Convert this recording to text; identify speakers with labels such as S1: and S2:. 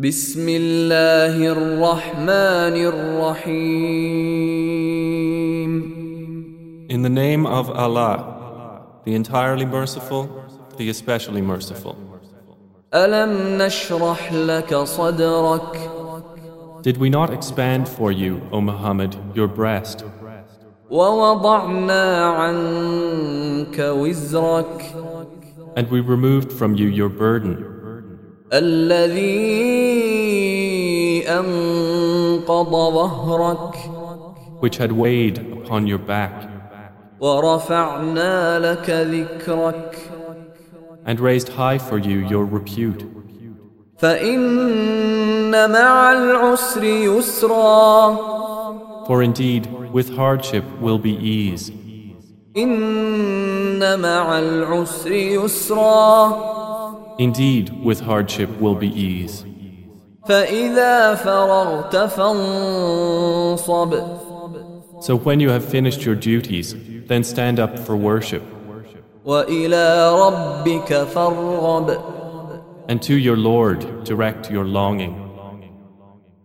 S1: بسم الله الرحمن الرحيم
S2: In the name of Allah, the entirely merciful, the especially merciful.
S1: ألم نشرح لك صدرك
S2: Did we not expand for you, O Muhammad, your breast,
S1: ووضعنا عنك وزرك
S2: and we removed from you your burden,
S1: الذي أنقض ظهرك
S2: which had weighed upon your back,
S1: ورفعنا لك ذكرك
S2: and raised high for you your repute?
S1: فإن مع العسر يسرا
S2: For indeed, with hardship will be ease.
S1: إن مع العسر يسرا
S2: Indeed, with hardship will be ease.
S1: فإذا فرغت فانصب
S2: So when you have finished your duties, then stand up for worship,
S1: وإلى ربك فارغب
S2: and to your Lord direct your longing.